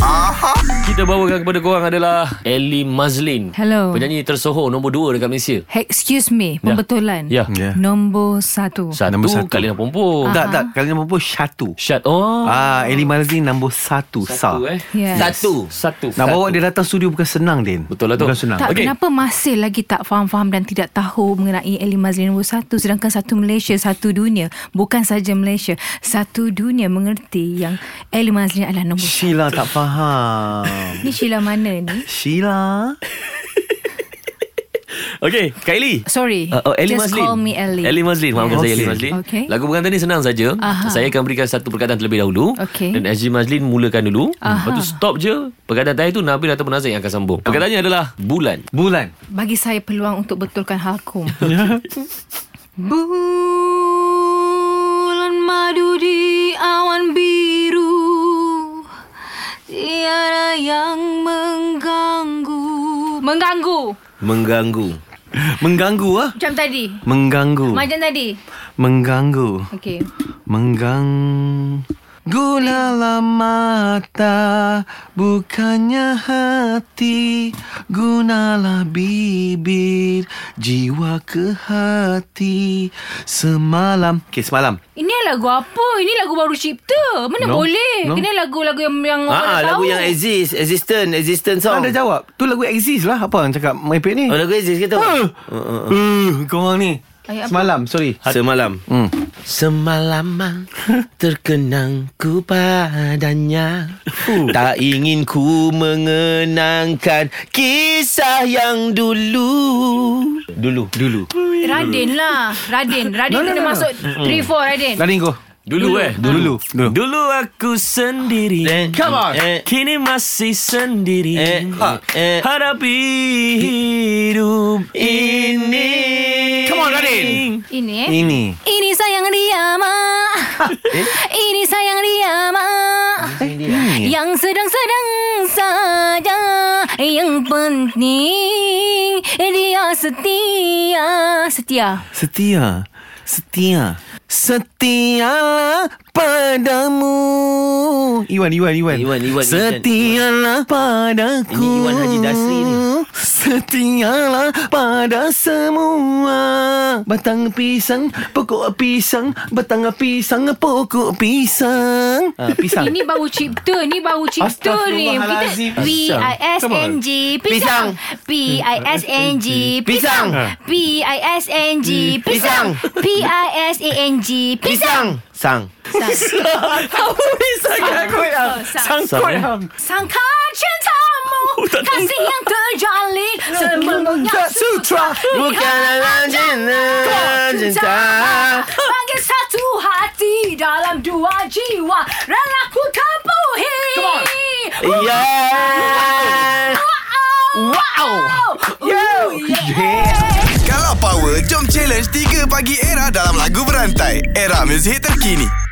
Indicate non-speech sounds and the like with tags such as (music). Aha. Kita bawakan kepada korang adalah Ellie Mazlin. Hello. Penyanyi tersohor nombor 2 dekat Malaysia. Excuse me, pembetulan. Ya. Ya. Nombor satu. Satu, Nombor satu. satu. Kalina Pompong. Oh, Ah. Tak, tak. Kali nombor satu. Shut Oh. Ah, Eli Malzin nombor satu. Satu Sa. eh. Yes. Satu Satu. Nak Satu. bawa dia datang studio bukan senang, Din. Betul lah tu. Bukan senang. Tak, Okey. okay. kenapa masih lagi tak faham-faham dan tidak tahu mengenai Ellie Mazlin nombor satu sedangkan satu Malaysia, satu dunia. Bukan saja Malaysia, satu dunia mengerti yang Ellie Mazlin adalah nombor satu. Sheila tak faham. (laughs) Ni Sheila mana ni? Sheila. Okey, Kylie. Sorry, Uh, oh, Ellie just Mazlin. call me Ellie. Ellie Mazlin. Maafkan Ellie saya Ellie Mazlin. Mazlin. Okey. Lagu bukan tadi senang saja. Aha. Saya akan berikan satu perkataan terlebih dahulu. Okey. Dan Azri Mazlin mulakan dulu. Aha. Lepas tu stop je. Perkataan tadi tu Nabil atau Nazir yang akan sambung. Perkataannya adalah bulan. Bulan. Bagi saya peluang untuk betulkan (laughs) halkum. Ya. Bulan madu di awan biru Tiada yang mengganggu Mengganggu Mengganggu. Mengganggu ah. Macam tadi Mengganggu. Macam tadi Mengganggu. Okey Menggang Gulalah mata Bukannya hati Gunalah bibir Jiwa ke hati Semalam Okay semalam Ini lagu apa? Ini lagu baru cipta Mana No. boleh No. Kena lagu-lagu yang, yang orang Ah, dah Oh, lagu tahu. yang exist, existent, existent oh. song. Anda jawab Tu lagu exist lah Apa yang cakap Merepek ni Oh, lagu exist kata. Ah. Eh, Uh, Korang ni Ayat apa? Semalam sorry Semalam. hmm. Semalaman (laughs) terkenang ku padanya Tak ingin ku mengenangkan kisah yang dulu Dulu Dulu Radin lah Radin Radin No, no, kena no, no. masuk 3-4 Radin Lari kau Dulu, eh. Dulu Dulu Dulu aku sendiri. Come on. eh, Kini masih sendiri Eh, ha, eh. Hadapi hidup ini Come on, Radin. Ini eh Ini Ini sayang dia ma Ha, eh? Ini sayang dia ma Yang sedang-sedang saja Yang penting Dia setia Setia Setia Setia Setialah padamu Iwan, Iwan, Iwan Iwan, Iwan, Setialah padaku Ini Iwan Haji Dasri ni. Setialah pada semua Batang pisang, pokok pisang Batang pisang, pokok pisang ha, Pisang Ini baru cipta Ni baru cipta ni Astaghfirullahalazim. Kita P-I-S-N-G Pisang P-I-S-N-G Pisang P-I-S-N-G Pisang P-I-S-A-N-G Pisang Sang Sang Sang eh? Sangkar cintamu Kasih yang terjalin Semenunjak Sutra Bukan dalam cinta Cinta Bagi satu hati Dalam dua jiwa Rela ku tempuhi Ya Wow Oh, Yo Kalau power, jom challenge 3 pagi era dalam lagu berantai. Era muzik terkini.